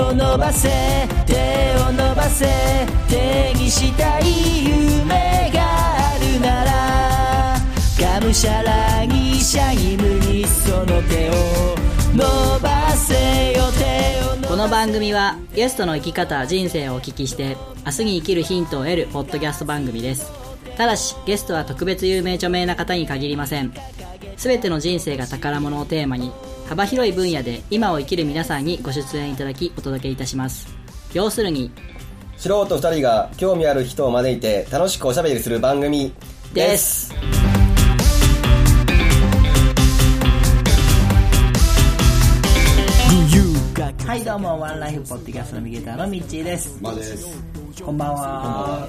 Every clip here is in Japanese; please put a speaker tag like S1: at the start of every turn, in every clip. S1: を伸ばせ手を伸ばせ手にしたい夢があるならがむしゃらにシャイムにその手を伸ばせよ手を伸ばせ
S2: この番組はゲストの生き方人生をお聞きして明日に生きるヒントを得るポッドキャスト番組ですただしゲストは特別有名著名な方に限りません全ての人生が宝物をテーマに幅広い分野で今を生きる皆さんにご出演いただきお届けいたします要するに
S3: 素人二人が興味ある人を招いて楽しくおしゃべりする番組
S2: で
S3: です
S2: す
S4: はいどうもワンライフポッドキャストのミゲターのミッチーです
S5: まあです
S4: こんばんは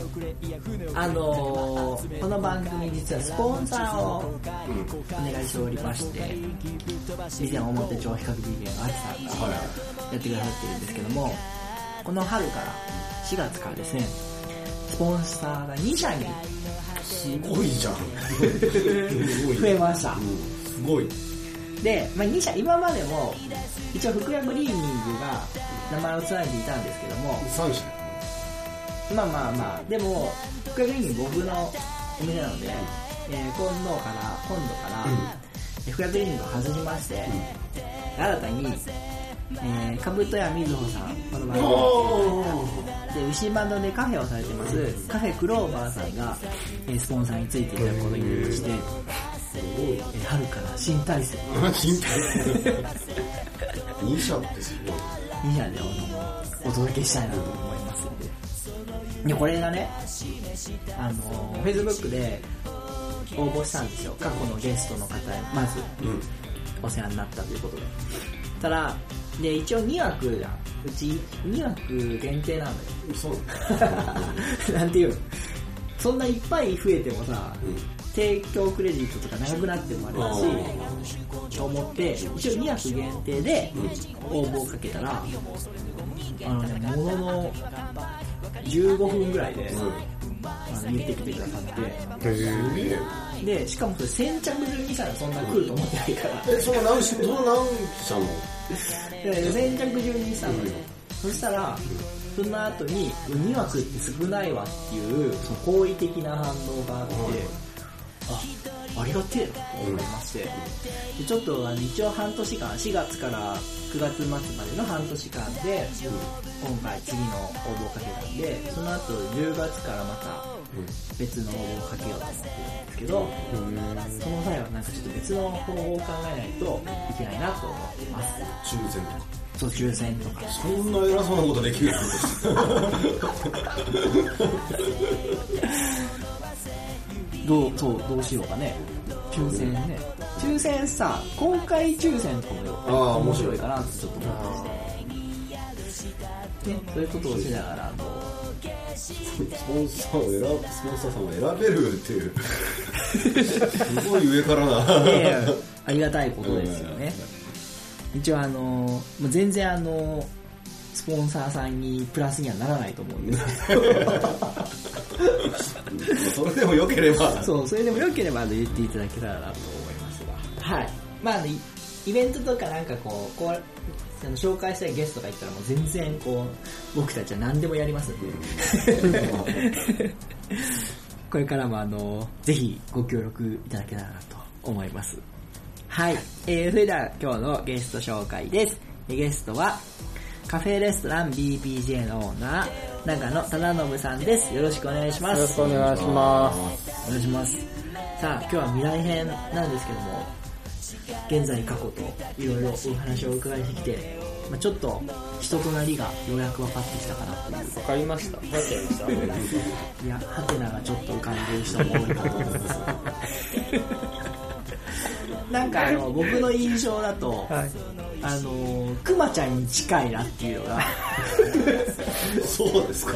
S4: あのーこの番組実はスポンサーをお願いしておりまして以前表帳比較 DJ のアキさんがやってくださってるんですけどもこの春から4月からですねスポンサーが2社に
S5: すごいじゃんすご い
S4: 増えました
S5: うんすごい
S4: で、まあ、2社今までも一応福山クリーニングが名前をつないでいたんですけども
S5: 三社
S4: まあまあまあ、でも、福山クリーニング僕のお店なので、えー今度から、今度から、えー福山クリーニングを外しまして、新たに、えー、かぶとやみずほさん、この番組で、牛窓でカフェをされてます、カフェクローバーさんが、えースポンサーについていただくことになりまして、えー春から新体制、
S5: 心配二社ってすごい
S4: 2社でお届けしたいなと思いますんで。で、これがね、あの、Facebook で応募したんですよ。過去のゲストの方へ、まず、
S5: うん
S4: お世話になったということで。ただ、で、一応2枠じゃん。うち2枠限定なん
S5: そうなんだ
S4: だよ。 なんていうのそんないっぱい増えてもさ、
S5: うん
S4: 提供クレジットとか長くなってもあれだし、と思って一応2役限定で応募をかけたら、あのねものの15分ぐらいで、あの言ってきてくださっ
S5: へえ
S4: てでしかもそれ先着順にしたらそんな来ると思ってないから、
S5: えその何社その何社の
S4: で先着順にしたのよ、そしたらその後に2枠って少ないわっていうその好意的な反応があって、あありがてえなと思いまして、でちょっとあの一応半年間4月から9月末までの半年間で、今回次の応募をかけたんでその後10月からまた別の応募をかけようと思ってるんですけど、その際はなんかちょっと別の方法を考えないといけないなと思ってます
S5: 抽選とか
S4: そう抽選とか
S5: そんな偉そうなことできるの
S4: どうそうどうしようかね抽選ね抽選さ公開抽選とかもよ
S5: ああ
S4: 面
S5: 面
S4: 白
S5: 白
S4: い
S5: い
S4: かなってちょっと思ってますねそういうことをしながらあの
S5: スポンサーを選スポンサーさんを選べるっていうすごい上からな
S4: ありがたいことですよね一応あのもう全然あのスポンサーさんにプラスにはならないと思うんですけど
S5: それでも良ければ
S4: そうそれでもよければあの言っていただけたらなと思いますがはいまああのイイベントとかなんかこうこうあの紹介したいゲストがいたらもう全然こう僕たちは何でもやりますんで これからもあのぜひご協力いただけたらなと思いますはい、えー、それでは今日のゲスト紹介ですえゲストはカフェレストラン BPJ のオーナー長野忠信さんですよろしくお願いします
S6: よろしくお願いします。
S4: お願いしますさあ今日は未来編なんですけども現在過去といろいろお話をお伺いしてきて、まあ、ちょっと人となりがようやく分かってきたかなという
S6: わかりました。わかっちゃいまし
S4: い
S6: た。
S4: やハテナがちょっと浮かんでる人も多いかと思いますなんかあの僕の印象だと、あのクマちゃんに近いなっていうのが
S5: そうですか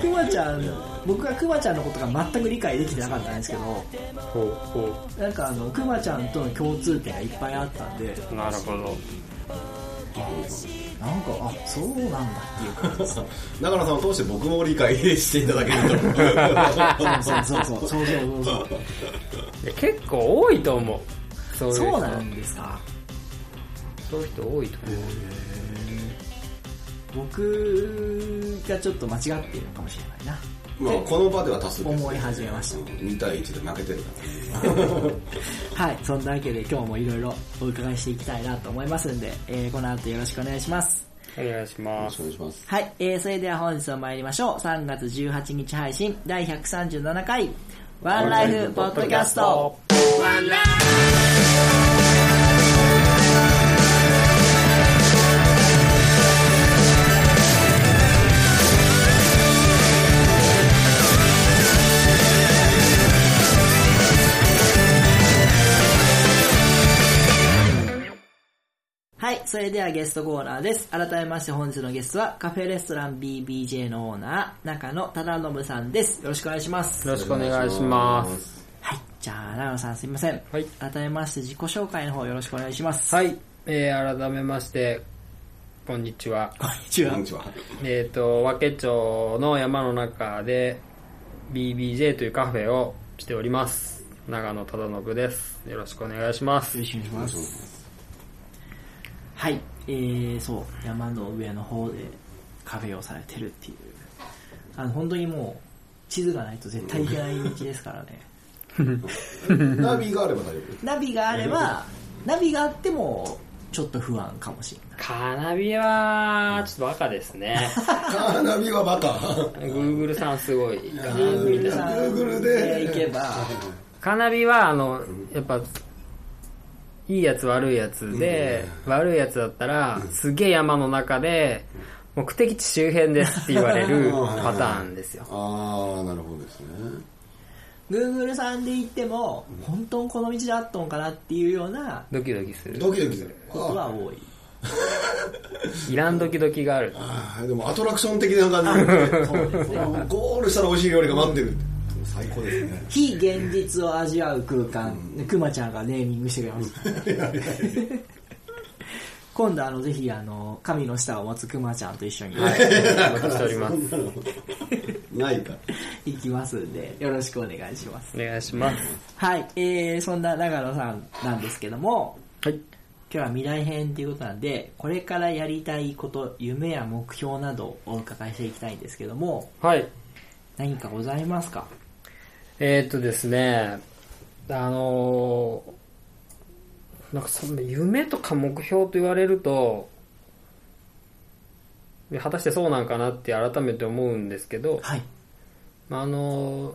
S4: クマちゃん僕がクマちゃんのことが全く理解できてなかったんですけど
S6: ほうほ
S4: なんかあのクマちゃんとの共通点がいっぱいあったんで
S6: う。なるほど。
S4: なんか、あ、そうなんだっていう 感じです。
S5: 長野さんを通して僕も理解していただけると
S4: そうそうそう、そうそうそうそう。
S6: いや結構多いと思う。そういう人
S4: そうなんですか。
S6: そういう人多いと思う。
S4: 僕がちょっと間違っているのかもしれないな。
S5: まあ、この場では多数です、
S4: 思い始めました
S5: 2対1で負けてるからね
S4: はい、そんなわけで今日もいろいろお伺いしていきたいなと思いますんで、えー、この後よろしくお願いします。
S6: お願いしま
S5: よろし
S6: す
S5: くお願いします
S4: はい、えー、それでは本日も参りましょう。3月18日配信第137回、ワンライフポッドキャスト。はい、それではゲストコーナーです。改めまして本日のゲストは、カフェレストラン BBJ のオーナー、中野忠信さんです。よろしくお願いします。
S6: よろしくお願いします
S4: はい、じゃあ、長野さんすいません。
S6: はい
S4: 改めまして自己紹介の方よろしくお願いします。
S6: はい、えー、改めましてこんにちは
S4: こんにちは
S5: こん。にちは
S6: えっ、と和気町の山の中で BBJ というカフェをしております長野忠信ですよろしくお願いします
S4: よろしくお願いします。はい、えー、そう、山の上の方でカフェをされてるっていう。あの、本当にもう、地図がないと絶対行けない道です からね。
S5: ナビがあれば大丈
S4: ナビがあれば、ナビがあっても、ちょっと不安かもしれない。
S6: カーナビはちょっとバカですね
S5: 夫カーナビはバカ
S6: Google さんすごいかな
S5: Google で
S4: 行けば、
S6: カーナビはあのやっぱいいやつ悪いやつで、悪いやつだったらすげえ山の中で目的地周辺ですって言われるパターンですよ
S5: ああなるほどですね
S4: Google さんで行っても、本当にこの道であっとんかなっていうような
S6: ドキドキする
S5: ドキドキする
S4: こと
S5: あ
S4: は多い。
S6: いらんドキドキがある
S5: あーでもアトラクション的な感じでゴールしたら美味しい料理が待ってる最高ですね
S4: 非現実を味わう空間、くまちゃんがネーミングしてくれました。今度あの、ぜひあの、神の舌を持つくまちゃんと一緒に
S6: お待ちしております
S5: そんなのないか
S4: 行きますんで、よろしくお願いします。
S6: お願いします
S4: はい、えー、そんな長野さんなんですけども、
S6: はい
S4: 今日は未来編ということなんで、これからやりたいこと、夢や目標などをお伺いしていきたいんですけども、
S6: はい
S4: 何かございますか
S6: えーっとですねあのーなんかその夢とか目標と言われると果たしてそうなんかなって改めて思うんですけど、
S4: はい。
S6: まあ、あの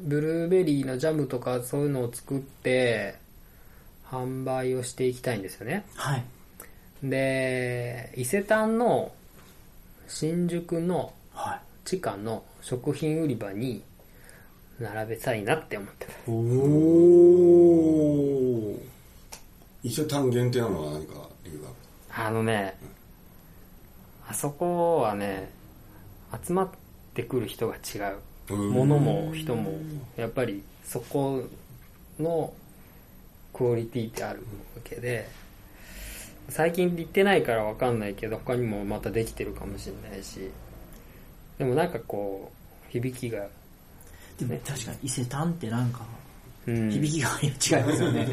S6: ブルーベリーのジャムとかそういうのを作って販売をしていきたいんですよね
S4: はい。
S6: で伊勢丹の新宿の
S4: はい。
S6: 地下の食品売り場に並べたいなって思ってます
S5: おお一応単限定なのは何か理由が
S6: あのねあそこはね集まってくる人が違う
S5: ある
S6: 物も人もやっぱりそこのクオリティってあるわけで最近行ってないから分かんないけど他にもまたできてるかもしれないしでもなんかこう響きが、
S4: でも確かに伊勢丹ってなんか、
S6: うん、
S4: 響きが違いますよね。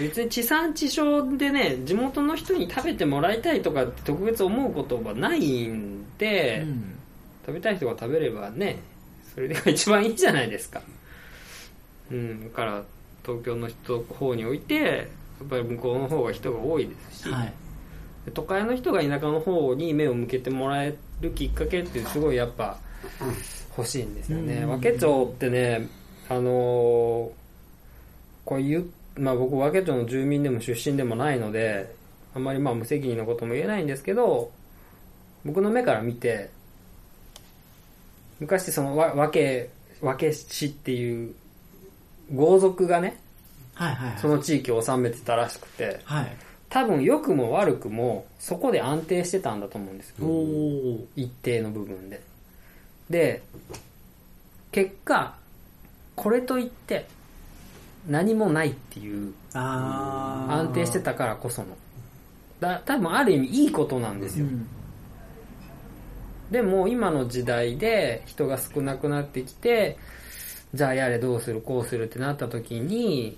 S6: 別に地産地消でね地元の人に食べてもらいたいとかって特別思うことはないんで、
S4: うん
S6: 食べたい人が食べればねそれが一番いいじゃないですかうんだから東京の人の方においてやっぱり向こうの方が人が多いですし、
S4: はい。
S6: 都会の人が田舎の方に目を向けてもらえるきっかけってすごいやっぱ欲しいんですよね和気町ってねあのーこういう、まあ、僕和気町の住民でも出身でもないのであんまりまあ無責任なことも言えないんですけど僕の目から見て昔その和和気和気市っていう豪族がね
S4: はいはいはい。
S6: その地域を治めてたらしくて
S4: はい。
S6: 多分良くも悪くもそこで安定してたんだと思うんですよ
S4: お
S6: 一定の部分でで結果これといって何もないっていう
S4: あー
S6: 安定してたからこそのだ多分ある意味いいことなんです
S4: う
S6: よ、
S4: ん。
S6: でも今の時代で人が少なくなってきてじゃあやれどうするこうするってなった時に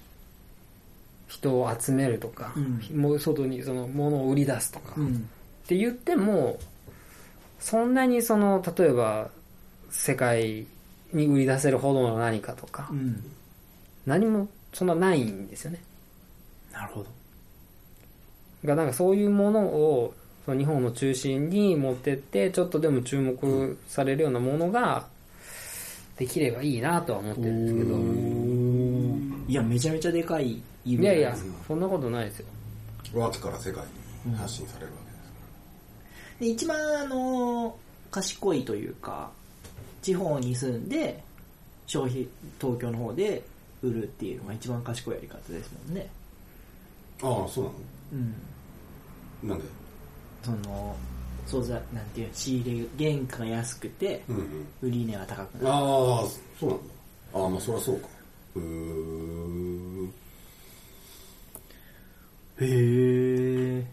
S6: 人を集めるとか、
S4: うん
S6: もう外にその物を売り出すとか、
S4: うん。
S6: って言ってもそんなにその例えば世界に売り出せるほどの何かとか、
S4: うん。
S6: 何もそんなないんですよね
S4: なるほど。
S6: がなんかそういうものをその日本の中心に持ってってちょっとでも注目されるようなものができればいいなとは思ってるんですけど、
S4: いや、めちゃめちゃでかい
S6: い
S4: 夢
S6: やいやそんなことないですよ
S5: 脇から世界に発信されるわけですか
S4: で一番あの賢いというか地方に住んで消費東京の方で売るっていうのが一番賢いやり方ですもんね
S5: ら、ああそう
S4: うん
S5: なのなんで
S4: そのそうざなんていうの仕入れ原価が安くて
S5: うんうん
S4: 売り値が高くなる
S5: ああそうなんだああまあそりゃそうかうーん
S4: へえ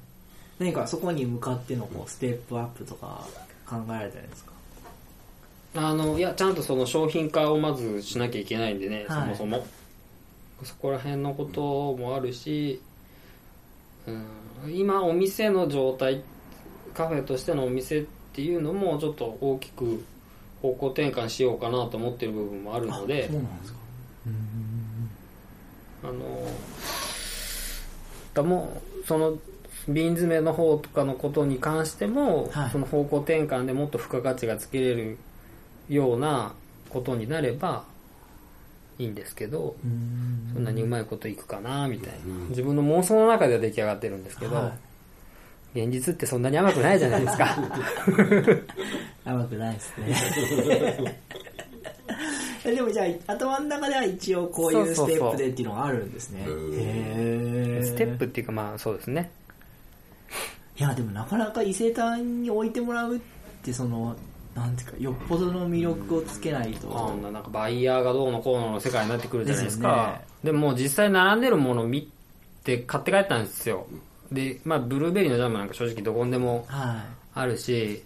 S4: 何かそこに向かってのこうステップアップとか考えられたんですか
S6: あのいやちゃんとその商品化をまずしなきゃいけないんでね、
S4: はい
S6: そもそもそこら辺のこともあるし、うん、今お店の状態カフェとしてのお店っていうのもちょっと大きく方向転換しようかなと思ってる部分もあるので
S4: そうなんですか
S6: あのだもうその瓶詰めの方とかのことに関しても、
S4: はい
S6: その方向転換でもっと付加価値がつけれるようなことになればいいんですけどそんなにうまいこといくかなみたいな自分の妄想の中では出来上がってるんですけど、
S4: は
S6: 現実ってそんなに甘くないじゃないで すか
S4: 甘くないです ねでもじゃあ頭の中では一応こういうス
S6: そうそう
S4: テ
S6: そう
S4: ップでっていうのがあるんですね
S5: ー
S4: へえ
S6: ステップっていうかまあそうですね
S4: いやでもなかなか伊勢丹に置いてもらうってそのなんていうかよっぽどの魅力をつけないと
S6: そんななんかバイヤーがどうのこうのの世界になってくるじゃないです
S4: です
S6: か
S4: よね
S6: で,、も実際並んでるものを見て買って帰ったんですよでまあブルーベリーのジャムなんか正直どこにでも
S4: は
S6: あるし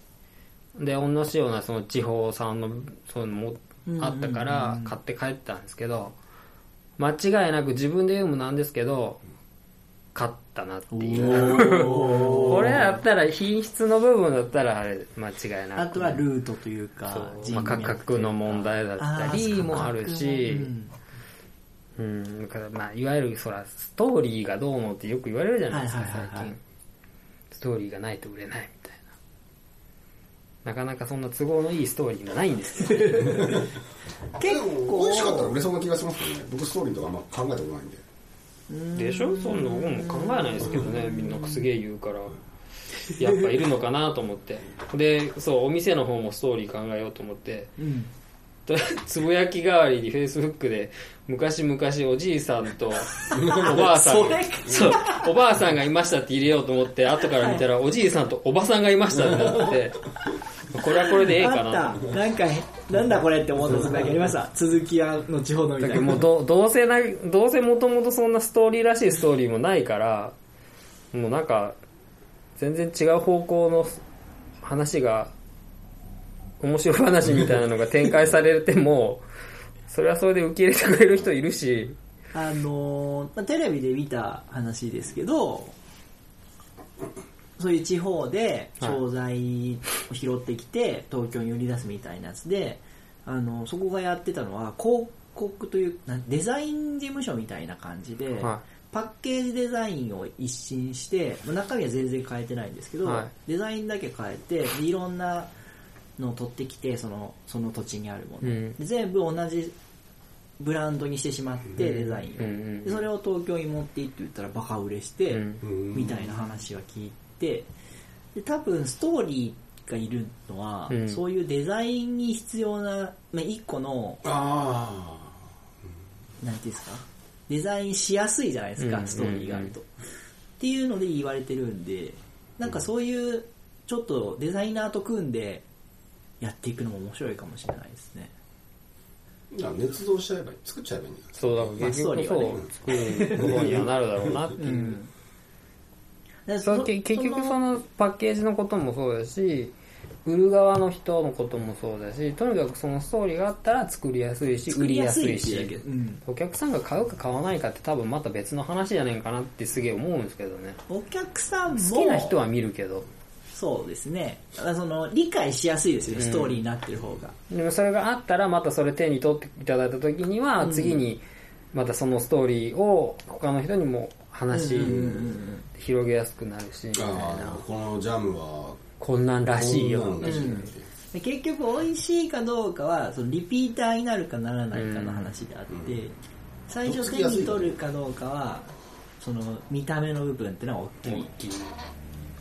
S6: で同じようなその地方産のそういうのもあったから買って帰ったんですけど間違いなく自分で言うのもなんですけど買ったなっていうこれだったら品質の部分だったらあれ間違い
S4: い
S6: なく
S4: あとはルートというか
S6: そう、
S4: 人
S6: ま
S4: 脈と
S6: あ、価
S4: いうか
S6: 格の問題だった
S4: あ
S6: り
S4: ー
S6: もあるし、
S4: 価格も
S6: うん、だからまあ、いわゆるそら、ストーリーがどうのってよく言われるじゃないですか、
S4: はいはいはいはい
S6: 最近。ストーリーがないと売れないみたいな。なかなかそんな都合のいいストーリーがないんですよ。
S5: 結構美味しかったら売れそうな気がしますけどね僕ストーリーとかあんま考えたことないんで
S6: でしょそんな僕も考えないですけどね、みんなすげえ言うから。やっぱいるのかなと思って。で、そう、お店の方もストーリー考えようと思って。
S4: う んうん
S6: とつぶやき代わりにフェイスブックで昔々おじいさん とおばあさんがそうおばあさんがいましたって入れようと思って後から見たらおじいさんとおばさんがいましたってなってこれはこれでええかな
S4: あったなんかなんだこれって思った時だけありま した続きは後ほどみた
S6: だ
S4: い
S6: け
S4: な
S6: どもうどどうせなどうせもともとそんなストーリーらしいストーリーもないからもうなんか全然違う方向の話が面白い話みたいなのが展開されてもそれはそれで受け入れてくれる人いるし
S4: あのーまあテレビで見た話ですけど、そういう地方で
S6: はい
S4: 商材を拾ってきて、東京に売り出すみたいなやつで、あのそこがやってたのは、広告という、なんデザイン事務所みたいな感じで、
S6: は
S4: パッケージデザインを一新して、まあ中身は全然変えてないんですけど、
S6: はい
S4: デザインだけ変えて、でいろんなのを取ってきて、そのその土地にあるもの、
S6: うん
S4: で全部同じブランドにしてしまって、デザインを。
S6: うんうんうん
S4: でそれを東京に持っていって言ったらバカ売れして、
S6: うん
S4: みたいな話は聞いてで多分ストーリーがいるのは、
S6: うん
S4: そういうデザインに必要な、まあ、一個の
S5: あ
S4: なんていうんですかデザインしやすいじゃないですか、
S6: うん
S4: ストーリーがあると、っていうので言われてるんでなんかそういうちょっとデザイナーと組んでやっていくのも面白いかもしれないですね
S5: ああ捏造しちゃえばいい作っちゃえばいいんじゃない
S6: そうだ、
S4: まあ
S6: 結
S4: ストー
S6: 局
S4: リーはね
S6: そう、作ることにはなるだろうなっていう。
S4: で
S6: そ
S4: そう
S6: け結局
S4: その
S6: そのパッケージのこともそうだし、売る側の人のこともそうだし、とにかくそのストーリーがあったら作りやすいし、売りやすい
S4: 作り
S6: し
S4: やすいっていうだけ、うん
S6: お客さんが買うか買わないかって多分また別の話じゃねえかなってすげえ思うんですけどね。
S4: お客さんも
S6: 好きな人は見るけど、
S4: そうですね。ただその、理解しやすいですよね、ストーリーになってる方が。
S6: でもそれがあったらまたそれ手に取っていただいた時には次にまたそのストーリーを他の人にも話広げやすくなるしみたい
S5: あ
S6: な
S5: ーこのジャムは
S6: こんなんらしいよ
S5: こんなのが知らない
S4: で結局、美味しいかどうかは、そのリピーターになるかならないかの話であって、最初手に取るかどうかは、その、見た目の部分ってのは大きい。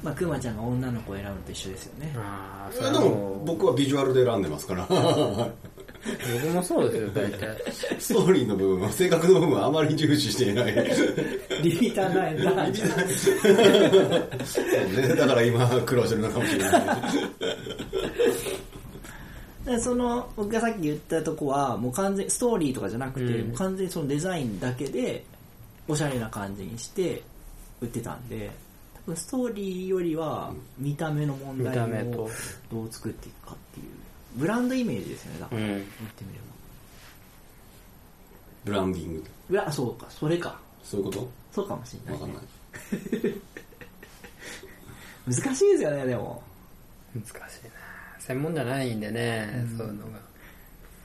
S4: まあ、くまちゃんが女の子を選ぶのと一緒ですよね。
S6: ああ
S5: いやでも僕はビジュアルで選んでます から
S6: 僕もそうですよ大体
S5: ストーリーの部分は性格の部分はあまり重視してい ない
S4: リピーターなんや な。
S5: そうねだから今苦労してるのかもしれない
S4: でその僕がさっき言ったとこはもう完全ストーリーとかじゃなくて、
S6: うん
S4: もう完全にそのデザインだけでおしゃれな感じにして売ってたんで多分ストーリーよりは見た目の問題
S6: 見た目
S4: を
S6: と
S4: どう作っていくかっていうブランドイメージですよねだか
S6: う
S4: ら、
S6: ん
S4: 言ってみれば
S5: ブランディング
S4: ブラそうかそれか
S5: そういうこと
S4: そうかもしれな
S5: わ
S4: い,、
S5: かんない
S4: 難しいですよねでも
S6: 難しいな専門じゃないんでねそういうのが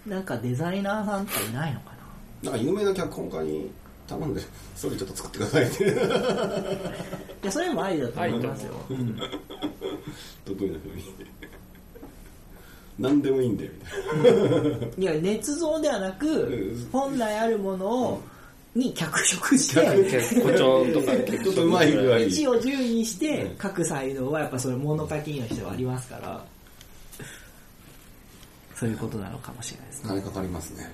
S4: なんかデザイナーさんっていないのかな
S5: なんか有名な脚本家に頼んでそれちょっと作ってくださいって
S4: いやそれもありだと思いますよ、うん
S5: 得意なふうに何でもいいんだよみたいない
S4: や、捏造ではなく
S5: うん、
S4: 本来あるものを、に脚色して、
S6: 結構誇張と か
S5: ちょっとうまい具合
S4: 1
S5: に
S4: を10にして、書く才能はやっぱそれ物書きの人はありますから、そういうことなのかもしれないですね。
S5: 金かかりますね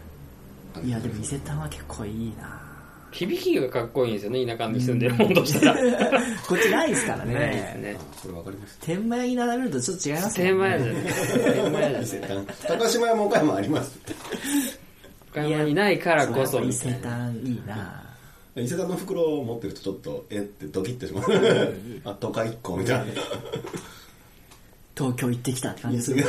S4: いや、でも伊勢丹は結構いいな
S6: 響きがかっこいいんですよね田舎に住んでるもんとした ら
S4: こっちないですから
S6: ないです
S4: ね。
S6: ね
S5: あそれわかりました
S4: 天満屋に並べるとちょっと違います
S6: テー
S4: よ
S6: マ
S4: ね。
S6: やじゃんテーマやじゃん
S5: 高島屋も岡山あります
S6: 岡山にないからこそ
S4: そう伊
S6: みた
S4: 勢
S6: いな
S4: 丹いいな
S5: 伊勢丹の袋を持ってるとちょっとえってドキッてしまうあ都会一個みたいな
S4: 東京行ってきたって感じでする。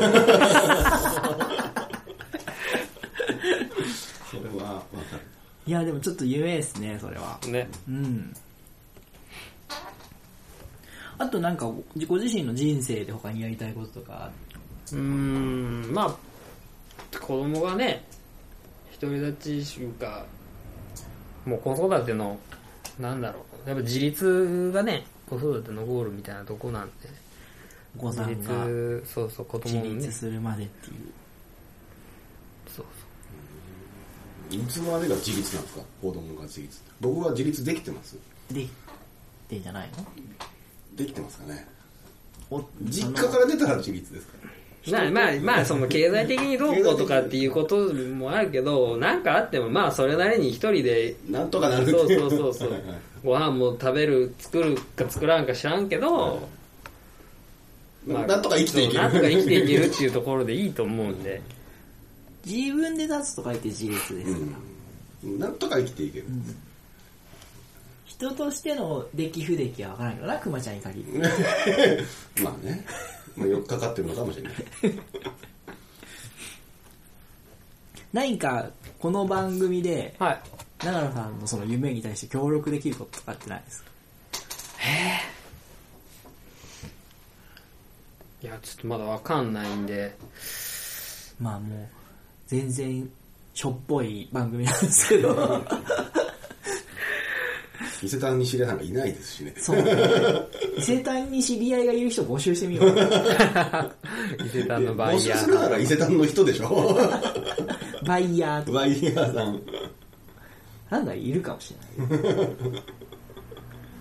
S5: それはわかる
S4: いや、でもちょっと夢ですね、それは。
S6: ね
S4: うん。あとなんか、ご自身の人生で他にやりたいこととか、
S6: うーんまあ子供がね独り立ちというかもう子育てのなんだろうやっぱ自立がね子育てのゴールみたいなとこなんで
S4: ごさ
S6: 自
S4: んが
S6: 立そうそう子供
S4: 自
S6: をね
S4: 立するまでっていう。
S6: そう
S5: いつまでが自立なんですか子供が自立僕は自立できてます
S4: で、でじゃない
S5: できてますかね
S4: のお
S5: 実
S4: その
S5: 家から出たら自立ですか
S6: そうまあまあまあその経済的にどうこうとかっていうこともあるけ どなんかあってもまあそれなりに一人で
S5: らなんとかなるって
S6: そう
S5: い
S6: そうそう そう
S5: はいはい
S6: ご飯も食べる作るか作らんか知らんけど、
S5: ななんとか生きていける
S6: そうなんとか生きていけるっていうところでいいと思うんで
S4: 自分で出すとか言って自立ですから、
S5: うんなんとか生きていける、
S4: 人としての出来不出来は分からんけどな、熊ちゃんに限り。
S5: まあね、まあ、よっかかってるのかもしれない
S4: 何か、この番組で、
S6: はい
S4: 長野さんのその夢に対して協力できることとかってないですか
S6: いやちょっとまだわかんないん で
S4: まあもう、全然、しょっぽい番組なんですけど。
S5: 伊勢丹に知り合いなんかいないですしね
S4: そう、伊勢丹に知り合いがいる人募集してみよう。
S6: 伊勢丹のバ
S5: 募
S6: イ
S5: 集
S6: ヤ
S5: するな
S6: ー
S5: ら伊勢丹の人でし ょ
S4: バイヤーとか。
S5: バイヤーさん
S4: なんだ、いるかもしれない。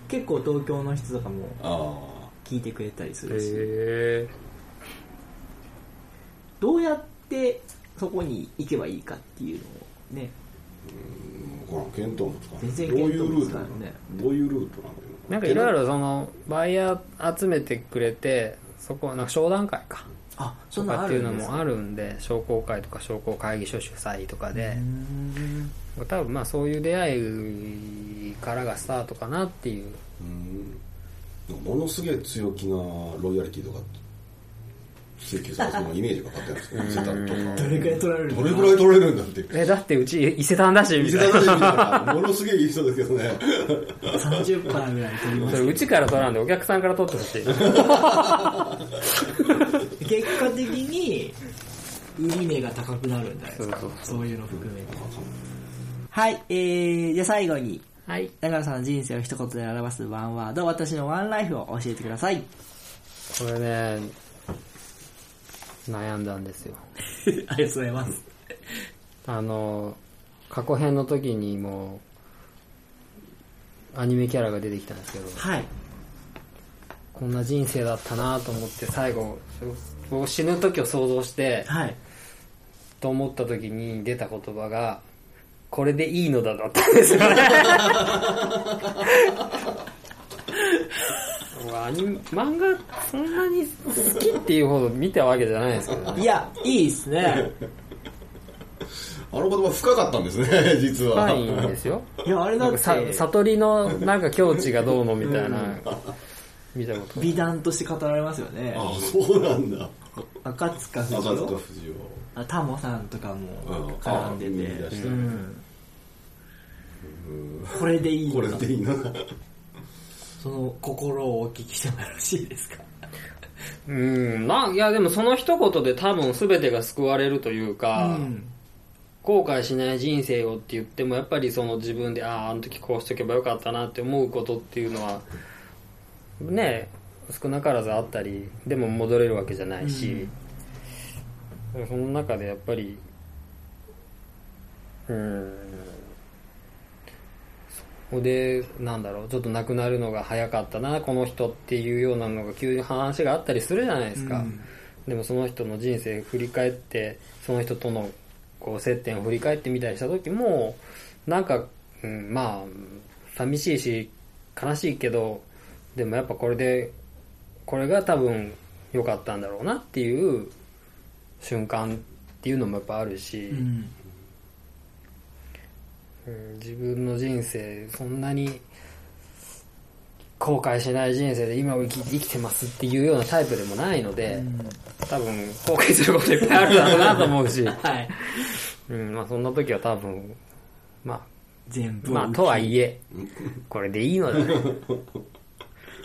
S4: 結構東京の人とかも
S5: あ
S4: 聞いてくれたりす
S6: へ
S4: るし、
S6: え
S4: どうやってそこに行けばいいかっていうのをね、
S5: あほら見当もつかない
S4: 全然
S5: どういうル
S4: 見当も
S5: ー
S4: つ
S5: ト
S4: か
S5: な
S4: ないね
S5: のどういうルートなの
S6: なんかいろいろそのバイヤー集めてくれてそこはなんか商談会か
S4: あ、そ
S6: と
S4: んな
S6: か
S4: のあ
S6: ってい
S4: る
S6: うんの
S4: です
S6: もあるんで商工会とか商工会議所主催とかで多分まあそういう出会いからがスタートかなっていう
S5: うんなんかものすげえ強気なロイヤリティとか請求されそうなイメージが勝手なんですけど、伊勢丹とか。
S4: どれくらい取られる
S5: どれぐらい取られるんだって。
S6: え、だってうち伊勢丹だし、
S5: 伊
S6: み
S5: 勢
S6: たい
S5: 丹
S6: な。
S5: の人はものすげえいい人ですけどね。
S4: 30パーぐらい取りま
S6: それうちから取らんでお客さんから取ってほしい。
S4: す結果的に売り値が高くなるんじゃないですか
S6: そうそう
S4: そういうの含めてはいえー、じゃあ最後に
S6: はい。
S4: 長野さんの人生を一言で表すワンワード私のワンライフを教えてくだ さい
S6: これね、悩んだんですよ。
S4: ありがとうございます
S6: あの、過去編の時にもう、アニメキャラが出てきたんですけど、
S4: はい
S6: こんな人生だったなと思って最後、僕死ぬ時を想像して、
S4: はい
S6: と思った時に出た言葉が、これでいいのだだった んですよね。僕アニメ漫画そんなに好きっていうほど見たわけじゃないですけどね。
S4: いやいいっす ね
S5: あの言葉深かったんですね、 実は。
S6: 深いんですよ。
S4: いやあれ だ
S6: なん
S4: っ
S6: かさ
S4: て
S6: 悟りのなんか境地がどうのみたいな、見たこと。
S4: 美談として語られますよね
S5: あ、そうなんだ。
S4: 赤塚不
S5: 赤
S4: 二
S5: 塚
S4: 夫
S5: 不二
S4: あタモさんとか
S5: 夫。う
S4: も絡んで
S5: あ見出
S4: て
S5: した
S4: うんこれでいいの
S5: こ
S4: か
S5: れでいいな。
S4: その心をお聞きしてもよろしいですか
S6: うん、なん、いやでもその一言で多分全てが救われるというか、後悔しない人生をって言ってもやっぱりその自分であああの時こうしとけばよかったなって思うことっていうのはね少なからずあったりでも戻れるわけじゃないし、その中でやっぱりうんそこでなんだろうちょっと亡くなるのが早かったなこの人っていうようなのが急に話があったりするじゃないですか、でもその人の人生振り返ってその人とのこう接点を振り返ってみたりした時もなんか、うん、まあ寂しいし悲しいけどでもやっぱこれでこれが多分良かったんだろうなっていう瞬間っていうのもやっぱあるし、
S4: うん
S6: うん自分の人生そんなに後悔しない人生で今を生き生きてますっていうようなタイプでもないので、多分後悔することいっぱいあるだろうなと思 うし、
S4: はい
S6: うんまあ、そんな時は多分ま
S4: 全
S6: あ
S4: 部
S6: まあ
S4: を
S6: とはいえこれでいい のだね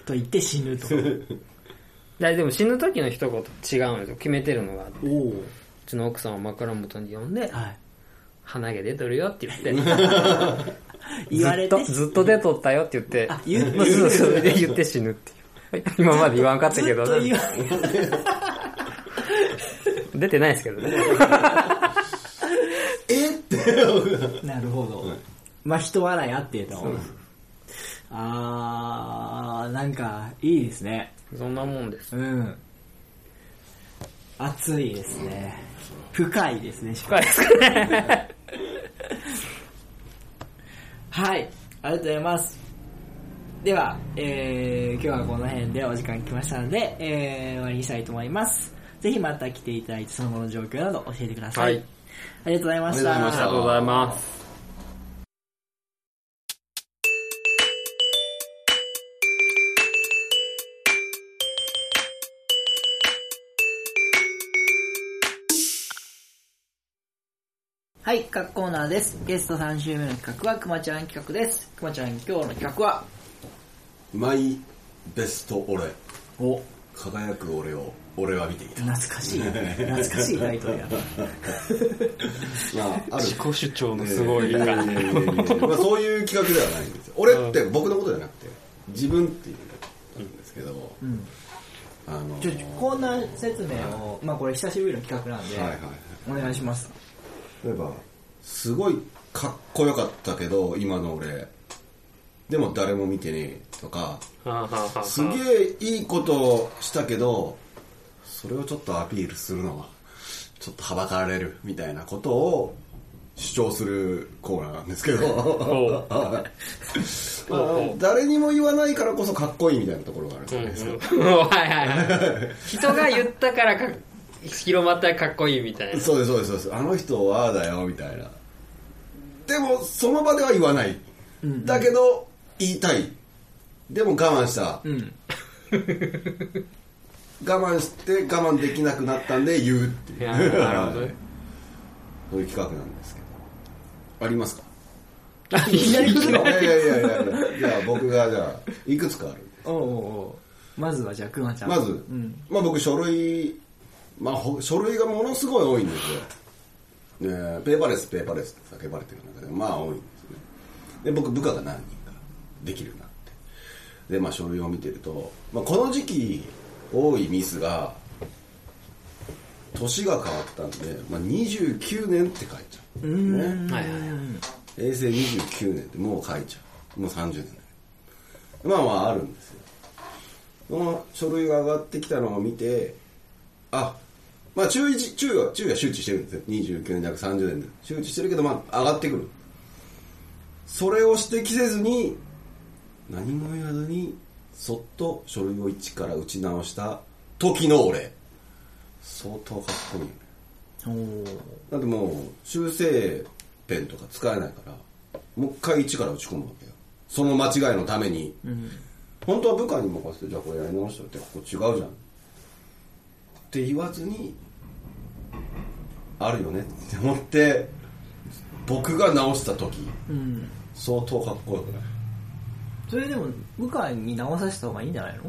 S4: と言って死ぬと
S6: ででも死ぬ時の一言違うんですよ決めてるのが
S4: お
S6: う
S4: お
S6: ちの奥さんを枕元に呼んで
S4: はい
S6: 「鼻毛出とるよ」って 言って
S4: 言われ
S6: ず
S4: て
S6: っとずっと出とったよって言って
S4: あ言う
S6: そうそうで言って死ぬっていう今まで言わんかったけど
S4: ずっと言わ
S6: 出てないですけどね。
S4: なるほど、まあ人笑いあってとあーなんかいいですね
S6: そんなもんです。
S4: うん熱いですね深いですね
S6: 深いですかね。
S4: はい、ありがとうございます。では、えー、今日はこの辺でお時間来ましたので、えー、終わりにしたいと思います。ぜひまた来ていただいて、その後の状況など教えてください。
S6: はい
S4: ありがとうございました。
S5: ありがとうございました
S6: ありがとうございます。
S4: はい、各コーナーです。ゲスト3週目の企画は、くまちゃん企画です。くまちゃん、今日の企画は、
S5: マイベスト俺。
S4: お、
S5: 輝く俺を、俺は見ていた。
S4: 懐かしい。懐かしいタイトルや。
S5: まあ、ある。
S6: 自己主張の
S5: えー
S6: すごい。
S5: えーまあ、そういう企画ではないんですよ俺って僕のことじゃなくて自分っていうのがあるんですけど、あのー
S4: ちょ、コーナー説明を、まあこれ久しぶりの企画なんで、
S5: はいはいはい
S4: お願いします。
S5: 例えばすごいかっこよかったけど今の俺でも誰も見てねえとかすげえいいことをしたけどそれをちょっとアピールするのはちょっとはばかられるみたいなことを主張するコーナーなんですけど まあ誰にも言わないからこそかっこいいみたいなところがあるじゃないですか、
S6: はいはいはい。人が言ったからか、広まったらかっこいいみたいな。
S5: そうですそうですそうですあの人はああだよみたいなでもその場では言わない、だけ ど言いたいでも我慢した、
S4: ん
S5: 我慢して我慢できなくなったんで言うっていう
S6: いやなるほどね
S5: そういう企画なんですけどありますか
S4: いきなり
S5: いやいやいやいやいやじゃあ僕がじゃあいくつかある
S4: おうおうおうまずはじゃあ、くまちゃん。
S5: まず、
S4: うん。
S5: まあ僕書類、まあほ書類がものすごい多いんですよ。ね、ペーパーレス、ペーパーレスって叫ばれてる中で、まあ多いんですね。で、僕部下が何人かできるようになって。で、まあ書類を見てると、まあこの時期多いミスが、年が変わったんで、まあ29年って書いちゃうんですね。
S6: はいはいはい
S5: 平成29年ってもう書いちゃうもう30年だけどまあまああるんですよその書類が上がってきたのを見てあまあ中1中は中は周知してるんですよ29年弱30年で周知してるけどまあ上がってくるそれを指摘せずに何も言わずにそっと書類を一から打ち直した時の俺相当かっこいいよね
S4: おー
S5: だってもう修正ペンとか使えないからもう一回一から打ち込むわけよその間違いのために、本当は部下に任せてじゃあこれやり直しといてここ違うじゃんって言わずにあるよねって思って僕が直した時
S4: うん。
S5: 相当かっこよくない
S4: それでも、部下に直させた方がいいんじゃないの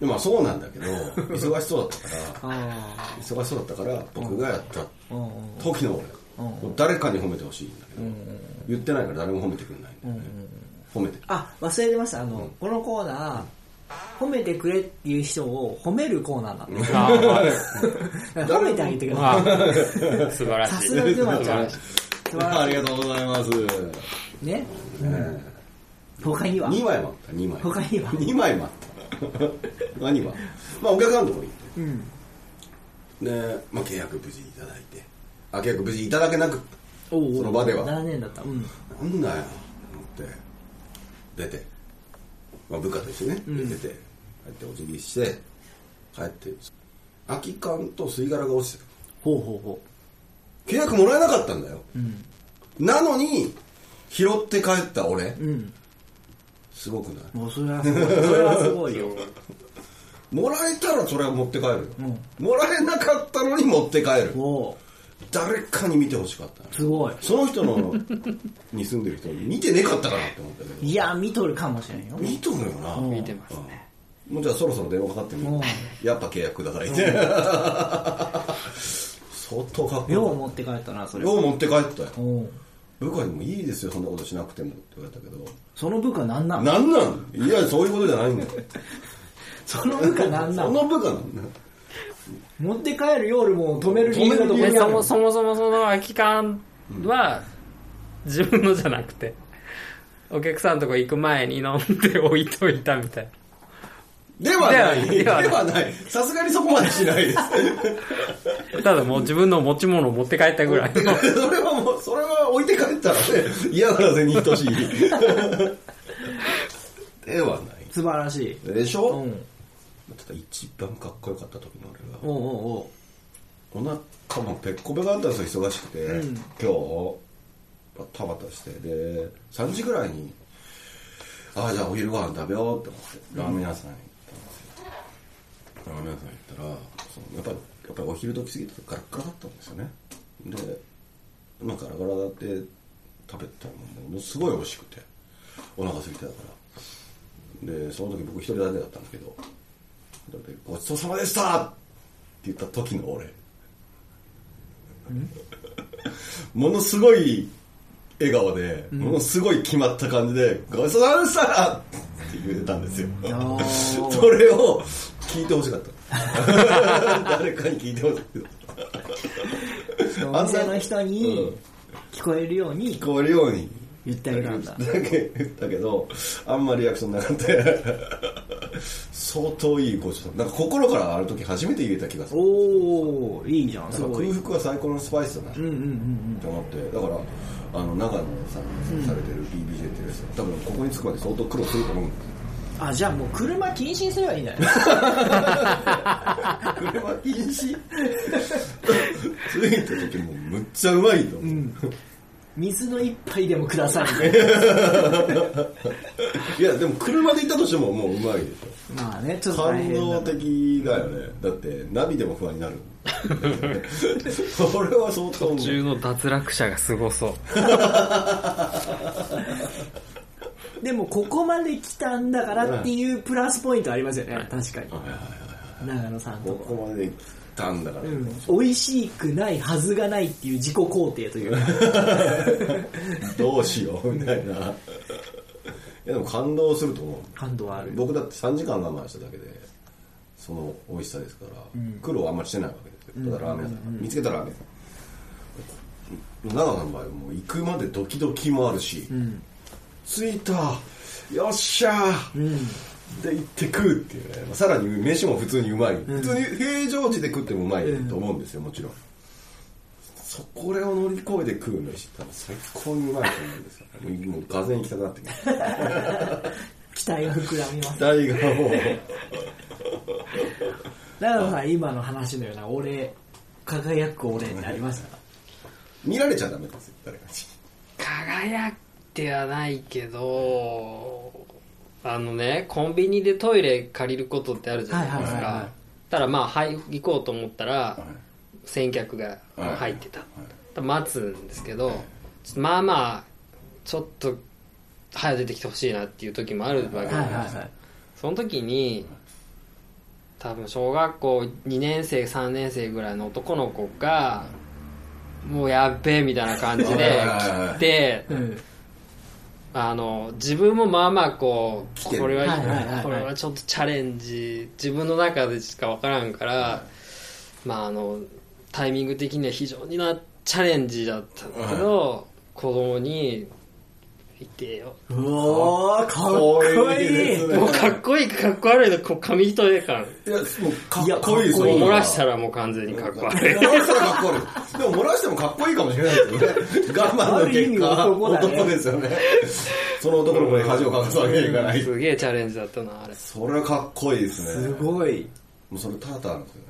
S5: でまあそうなんだ けど忙しそうだったから
S4: あ
S5: 忙しそうだったから僕がやった
S4: あ。うんうん。
S5: 時の俺、
S4: う
S5: 誰かに褒めてほしいんだけど、言ってないから誰も褒めてくれないんだよね、褒めてる
S4: あ、忘れてました。あの、このコーナー、褒めてくれっていう人を褒めるコーナーなんで。
S6: あーはい
S4: 褒めてあげてくだ
S6: わ
S4: さ
S6: あ素晴ら
S4: い。
S6: しい
S4: さすがくまちゃん。
S6: 素
S4: 素晴らしい
S5: ありがとうございます。
S4: ね。
S5: え
S4: 他には
S5: 2枚もあった、2枚。
S4: 他には
S5: 2枚もあった。何はまあ、お客さんのところに
S4: うん。
S5: 行って。で、まあ、契約無事いただいて。あ、契約無事いただけなく。
S4: おうおう
S5: その場では
S4: 7年だった。うん。
S5: なんだよ、と思って。出て。まあ、部下と一緒にね、
S4: ん
S5: 出て。帰ってお辞儀して、帰って。空き缶と吸い殻が落ちてた。
S4: ほうほうほ
S5: 契約もらえなかったんだよ。
S4: う。うん。
S5: なのに、拾って帰った俺。
S4: うん。
S5: すごくない
S4: もうそれはすごい。 それはすごい
S6: 晴
S4: よ。
S6: らしい
S5: もらえたらそれは持って帰るよ、
S4: うん
S5: もらえなかったのに持って帰る
S4: おう
S5: 誰かに見てほしかった
S4: すごい。
S5: その人のに住んでる人見てねかったかなって思ったけど
S4: いや、見とるかもしれんよ。
S5: 見とるよな
S6: 見てますね
S5: うんもうじゃあそろそろ電話かかってみ
S4: うん
S5: るやっぱ契約だから言って相当かっこいい
S4: よう持って帰ったな、それ。
S5: よう持って帰ったよ
S4: おう
S5: 部下にもいいですよそんなことしなくてもって言われたけど
S4: その部下なんなん
S5: なんなんいやそういうことじゃないんだよ
S4: その部下なんな
S5: そ
S4: ん
S5: の部下なんだよ
S4: 持って帰る夜も止める理由だと思
S6: え
S4: う
S6: そもそもそもその空き缶は自分のじゃなくてお客さんのとこ行く前に飲んで置いといたみたい
S5: ではない
S6: で
S5: で
S6: はない
S5: はないさすがにそこまでしないです
S6: なただもう自分の持ち物を持って帰ったぐらいの
S5: それはもう、それは置いて帰ったらね、嫌がらせに等しい。ではない。
S4: 素晴らしい。
S5: でし
S4: う
S5: ょ、
S4: ん。
S5: ただ一番かっこよかった時の
S4: おうおうおう
S5: 俺は、お腹もペッコペコだったんですよ、忙しくて。
S4: うん
S5: 今日、バタバタして。で、3時ぐらいに、ああ、じゃあお昼ご飯食べようって思って、ラーメン屋さんに行ったんですよ。ラーメン屋さん行ったら、そのやっぱり、やっぱりお昼時過ぎたらガラッガラだったんですよね。で、まあ、ガラガラだって食べてたもんで、ものすごい美味しくて、お腹空いてたから。で、その時僕一人だけだったんだけど、だってごちそうさまでしたって言った時の俺。ものすごい笑顔で、ものすごい決まった感じで、ごちそうさまでしたって言ったんですよ。
S4: いやー。
S5: それを聞いてほしかった。 誰かに聞いてほしかった。
S4: お店の人
S5: う
S4: に
S5: ん
S4: 聞こえるように
S5: 聞こえるように。
S4: 言ってあげたんだ。
S5: だけだけど、あんまリアクションなかった。相当いいごちそう。なんか心からあの時初めて言えた気がする。
S4: おー、いいじゃん、
S5: な
S4: す
S5: んか
S4: ごい。う
S5: 空
S4: ん
S5: 腹は最高のスパイスだな。
S4: うんうんうん。
S5: って思ってだからあの長野でさされてる BBJ っていうやつ多分ここに着くまで相当苦労すると思うんですよ
S4: あ、じゃあもう車禁止にすればいいんじゃない
S5: 車禁止着いた時もうむっちゃうまいと思う、
S4: 水の一杯でもください みたい
S5: いや、でも車で行ったとしてももううまいでしょ。
S4: なまあねちょっ と大
S5: 感
S4: 変
S5: 動
S4: だ
S5: 的だよね。だって、ナビでも不安になる。それは相当思う
S6: 途 中の脱落者がすごそう。
S4: でもここまで来たんだからっていうプラスポイントありますよね確かに長野さんと
S5: こ
S4: こ
S5: こまで行ったんだから。
S4: うん、美味しくないはずがないっていう自己肯定というか
S5: どうしようみたいな。いやでも感動すると思う。
S4: 感動はある
S5: 僕だって3時間我慢しただけで、その美味しさですから、苦労はあんまりしてないわけですよ。ただラーメン屋さんが、見つけたラーメン屋さん。長野の場合もう行くまでドキドキもあるし、着いたよっしゃー、で行って食うっていうね、まあさらに飯も普通にうまい、普通に平常時で食ってもうまいと思うんですよもちろんそこれを乗り越えて食う飯って多分最高にうまいと思うんですよもうがぜん行きたくなってき て
S4: 期待が膨らみます
S5: 大がもう
S4: 長野さん今の話のような俺輝く俺ってありました
S5: 見られちゃダメですよ誰かに
S6: 輝ってはないけどあのねコンビニでトイレ借りることってあるじゃないです
S4: はいはいはいは
S6: か
S4: い
S6: ただまあ、はい、行こうと思ったら先客が
S5: はい
S6: 入ってた、待つんですけど、ちょっとまあまあちょっと早く出てきてほしいなっていう時もあるわけじゃないですか、
S4: はい
S6: その時に多分小学校2年生3年生ぐらいの男の子がもうやっべえみたいな感じで来て
S4: うん
S6: あの自分もまあまあこ
S5: て
S6: う
S5: る
S6: これは,、
S4: はいはいはいはい
S6: これはちょっとチャレンジ自分の中でしか分からんから、まああのタイミング的には非常になチャレンジだったんだけど、子供に「行ってよ」
S4: うおーかっこいい
S5: ですね
S6: もうかっこいいかかっこ悪いのこう紙一重感
S5: いやもうかっこいいですよ
S6: 漏らしたらもう完全にかっこ悪い
S5: 漏らしたらかっこ悪いでも漏らしてもかっこいいかもしれないですよね我慢の
S4: ある意
S5: 結
S4: 味
S5: 果
S4: 男だね
S5: ですよねその男の子に恥をかかすわけにいかない
S6: すげえチャレンジだったなあれ
S5: それはかっこいいですね
S4: すごい
S5: もうそれターターなんですよね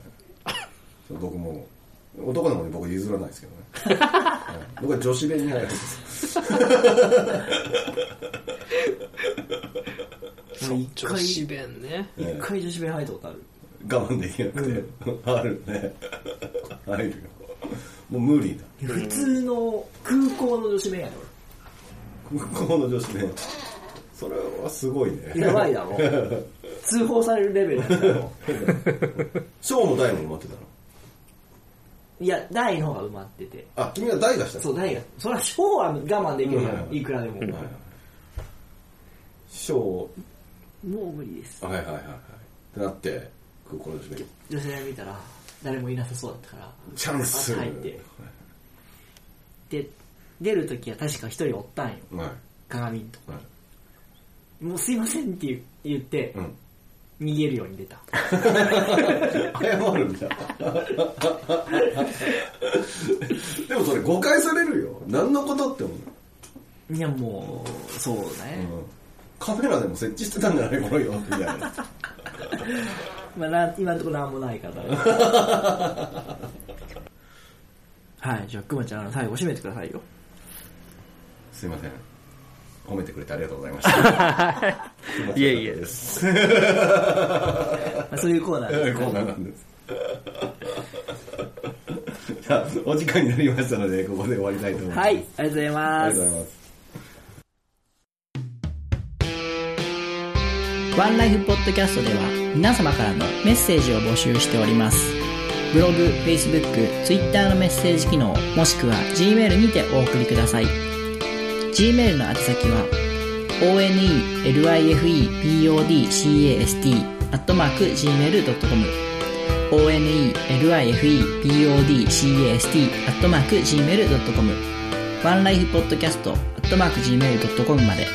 S5: それ僕も男の子に僕譲らないですけどね、 はい僕は女子弁に入るんです
S4: 一
S6: 女
S4: 回
S6: 子弁ね
S4: 一回女子弁入ったことある
S5: 我慢できなくて、あるね入るよもう無理だ
S4: 普通の空港の女子弁やで
S5: 向こうの女子弁それはすごいね
S4: 俺やばい だろ通報されるレベルやったろ
S5: 賞も大も待ってたの
S4: いや台の方が埋まってて
S5: あ君は大がしたの
S4: そう台がそりゃ小は我慢できるじゃ
S5: う
S4: ん
S5: ん
S4: いくらでも
S5: はいはい賞
S4: もう無理です
S5: はいはいはいはいってなって空港の女子弁
S4: 女子弁見たら誰もいなさそうだったから
S5: チャンス
S4: 入ってで出る時は確か一人おったんよ
S5: はいは
S4: 鏡のとこ
S5: いはい
S4: もうすいませんって言う言って、
S5: うん
S4: 逃げるように出た
S5: 謝るんだ。 でもそれ誤解されるよ。何のことって思う。
S4: いやもうそう
S5: う
S4: ね、
S5: んカメラでも設置してたんじゃないこのよ、みたいな。
S4: まあな今のところ何もないから はいじゃあくまちゃん最後締めてくださいよ
S5: すいません。褒めてくれてありがとうございました。
S6: いえいえ
S5: です。
S4: まあそういうコーナー
S5: コ
S4: です
S5: ーナーなんです。 じゃあ、お時間になりましたので、ここで終わりたいと思います。
S4: はいありがとうござい
S5: あ
S4: ま
S5: りがとう
S4: す
S5: ございます。
S2: ワンライフポッドキャストでは皆様からのメッセージを募集しております。ブログ、Facebook、Twitter のメッセージ機能、もしくは Gmail にてお送りください。Gmail の宛先は、onelifepodcast.gmail.com onelifepodcast.gmail.com onelifepodcast.gmail.com まで。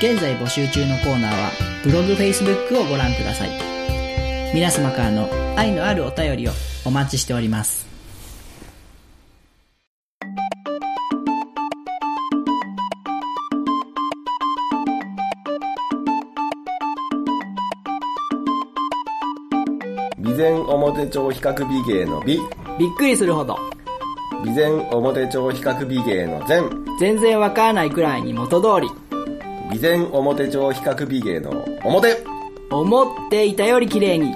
S2: 現在募集中のコーナーはブログ Facebook をご覧ください皆様からの愛のあるお便りをお待ちしております
S5: 備前表帳比較美芸の美。
S2: びっくりするほど
S3: 備前表帳比較美芸の前
S4: 全然わからないくらいに元通り
S3: 備前表帳比較美芸の表
S4: 思っていたより綺麗に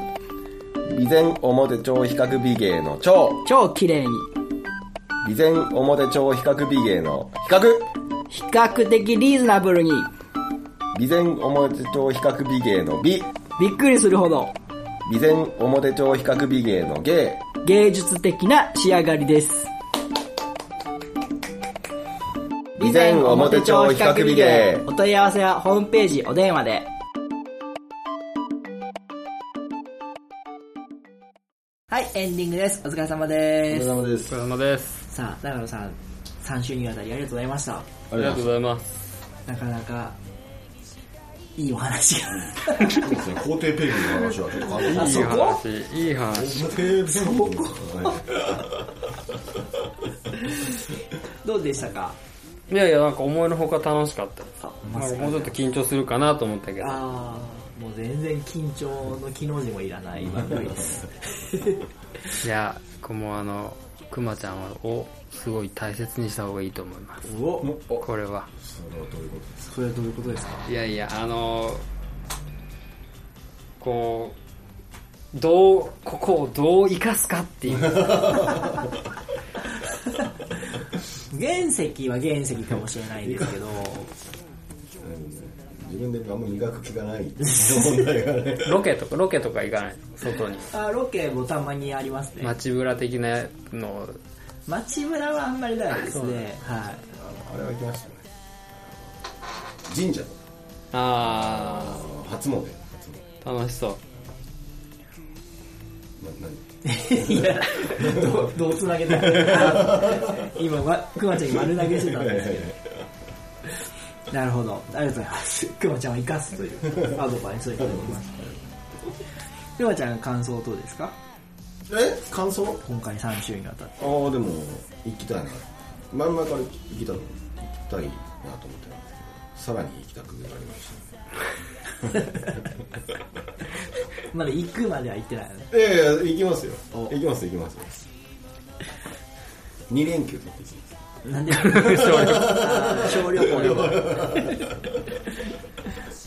S3: 備前表帳比較美芸の超
S4: 超綺麗に
S3: 備前表帳比較美芸の比較
S4: 比較的リーズナブルに
S3: 備前表帳比較美芸の美
S4: びっくりするほど
S3: 備前表帳比較美芸の芸
S4: 芸術的な仕上がりです
S3: 備前表帳比較美芸
S4: お問い合わせはホームページお電話ではいエンディングですお疲れ様で
S5: れ
S4: す
S5: 様で
S6: お
S5: す。
S6: 疲れ様です。
S4: さあ長野さん3週にわたりありがとうございました
S5: あ
S6: あ
S5: り
S6: り
S5: がと
S6: がと
S5: うご
S6: う
S5: ざ
S6: ご
S5: い
S6: ざいます。
S4: なかなかいいお話が
S5: ます。そうですね、肯定ペンギンの話はちょっと変わっ
S6: いい話、いい話。
S5: てペンギンの話
S4: どうでしたか
S6: いやいや、なんか思いのほか楽しかったです。
S4: あ
S6: まあ、もうちょっと緊張するかなと思ったけど。
S4: あーもう全然緊張の機能字もいらない番組です
S6: いや、こもうあの、くまちゃんをすごい大切にした方がいいと思います。
S4: うお
S6: これは。
S5: それはどういうことです か
S4: それはどういうことですか
S6: いやいや、あの、こう、どう、ここをどう生かすかっていう。
S4: 原石は原石かもしれないです けど
S5: 自分であんま磨く気がない問題がね。
S6: ロケとか、ロケとか行かない外 に。
S4: あロケもたまにありますね
S6: 街ぶら的なのを
S4: 街ぶらはあんまりないですねはい
S5: あれは行きましたね。神社
S6: あ
S5: の初詣。初詣
S6: あ、楽しそう。
S5: な何
S4: いや、どう、どうつなげた い今、わくまちゃんに丸投げしてたんですけど。なるほど。ありがとうございます。 くまちゃんを生かすというアドバイスをいただきました。くまちゃんの感想どうですか
S5: え感想
S4: 今回3週にわたって。
S5: ああでも行きたいな前々から行きたい行きたいなと思ってたんですけどさらに行きたくなりましたね
S4: まだ行くまでは行ってないよね。
S5: いやいや行きますよ
S4: お
S5: 行きます行きますよ2連休取って行きます
S4: なんで小旅行でも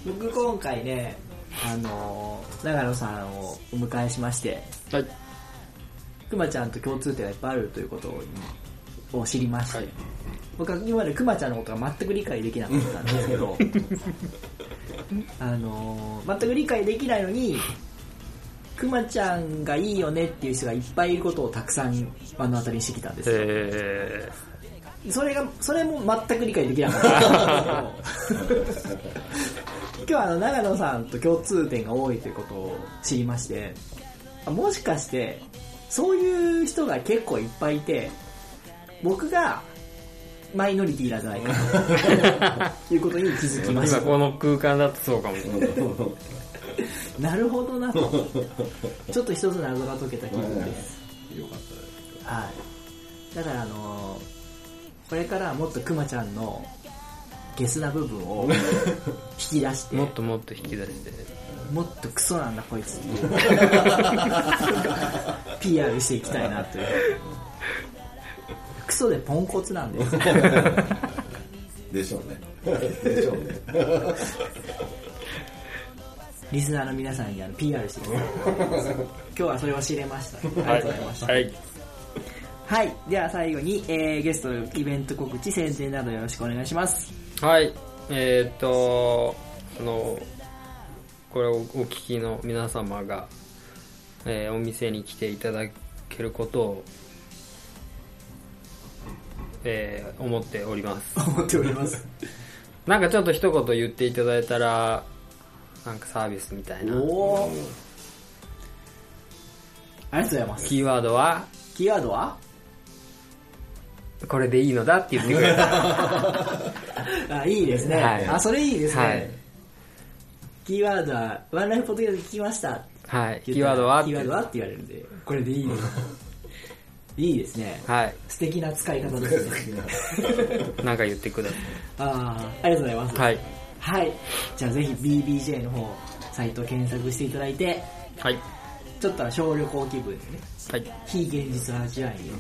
S4: 僕今回ね、あのー、長野さんをお迎えしまして、
S6: はい。
S4: くまちゃんと共通点がいっぱいあるということをを知りまして、僕は今までくまちゃんのことが全く理解できなかったんですけどあのー全く理解できないのにくまちゃんがいいよねっていう人がいっぱいいることをたくさん目の当たりにしてきたんですよ
S6: え
S4: それがそれも全く理解できなか ったんですけど今日はあの長野さんと共通点が多いということを知りましてあもしかしてそういう人が結構いっぱいいて僕がマイノリティなんじゃないか ということに気づきま
S6: ー、
S4: し
S6: 今
S4: た
S6: この空間だとそうかも。
S4: なるほどなとちょっと一つ謎が解けた気分です
S5: よかったです
S4: はい。だからあのーこれからもっとくまちゃんのゲスな部分を引き出して、
S6: も
S4: も
S6: っともっと引き出して。
S4: っとクソなんだこ いつっていう PR していきたいなという。クソでポンコツなんです。
S5: でしょうねでしょうね
S4: リスナーの皆さんにあの PR していきたいと思います。今日はそれを知れました。ありがとうございました。
S6: はい。
S4: はい。では最後に、えーゲストのイベント告知、宣伝などよろしくお願いします。
S6: はい。えーっと、あの、これをお聞きの皆様が、えーお店に来ていただけることを、えー思っております。
S4: 思っております。
S6: なんかちょっと一言言っていただいたら、なんかサービスみたいな。
S4: おおありがとうございます
S6: キーワードは、
S4: キーワードは
S6: これでいいのだって言ってくれた。
S4: あいいですね、
S6: はい
S4: あそれいいですね、
S6: はい。
S4: キーワードは「ワンライフポッドキャスト聞きました」
S6: はい。キーワードは
S4: キーワードはって言われるんでこれでいい ですいいですね
S6: はい。
S4: 素敵な使い方ですね
S6: なんか言ってくださ
S4: あーありがとうございます
S6: い。はい。
S4: はい、じゃあぜひ BBJ の方サイト検索していただいて
S6: はい。
S4: ちょっとは小旅行気分でね、
S6: はい。
S4: 非現実を味わいに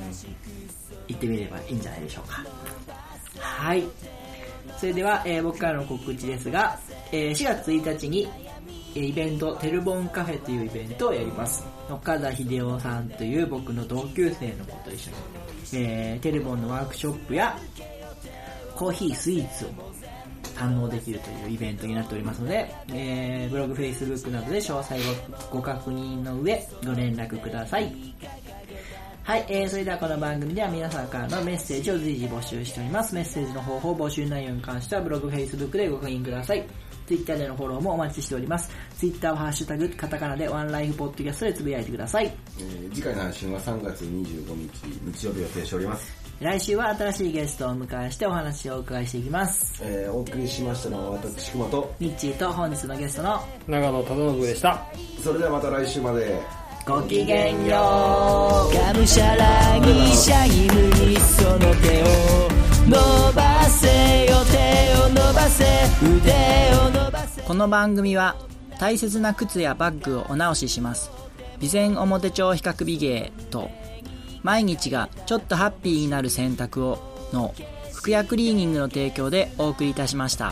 S4: 行ってみればいいんじゃないでしょうか。はい。それでは、えー僕からの告知ですが、えー4月1日に、えーイベント、テルボンカフェというイベントをやります。岡田秀夫さんという僕の同級生の子と一緒に、えーテルボンのワークショップや、コーヒー、スイーツを堪能できるというイベントになっておりますので、えーブログ、フェイスブックなどで詳細をご確認の上、ご連絡ください。はい、えー、それではこの番組では皆さんからのメッセージを随時募集しております。メッセージの方法、募集内容に関してはブログ、Facebook でご確認ください。Twitter でのフォローもお待ちしております。Twitter はハッシュタグ、カタカナでワンライフポッドキャストでつぶやいてください。
S5: えー次回の配信は3月25日、日曜日を予定しております。
S4: 来週は新しいゲストをお迎えしてお話をお伺いしていきます。
S5: えーお送りしましたのは私、熊と、
S4: ミッチーと本日のゲストの
S6: 長野忠信でした。
S5: それではまた来週まで。
S4: ごきげんよう。
S1: がむしゃらにシャイムにその手を伸ばせよ手を伸ばせ腕を伸ばせ
S2: この番組は大切な靴やバッグをお直しします備前表帳比較美芸と毎日がちょっとハッピーになる選択をの服薬クリーニングの提供でお送りいたしました。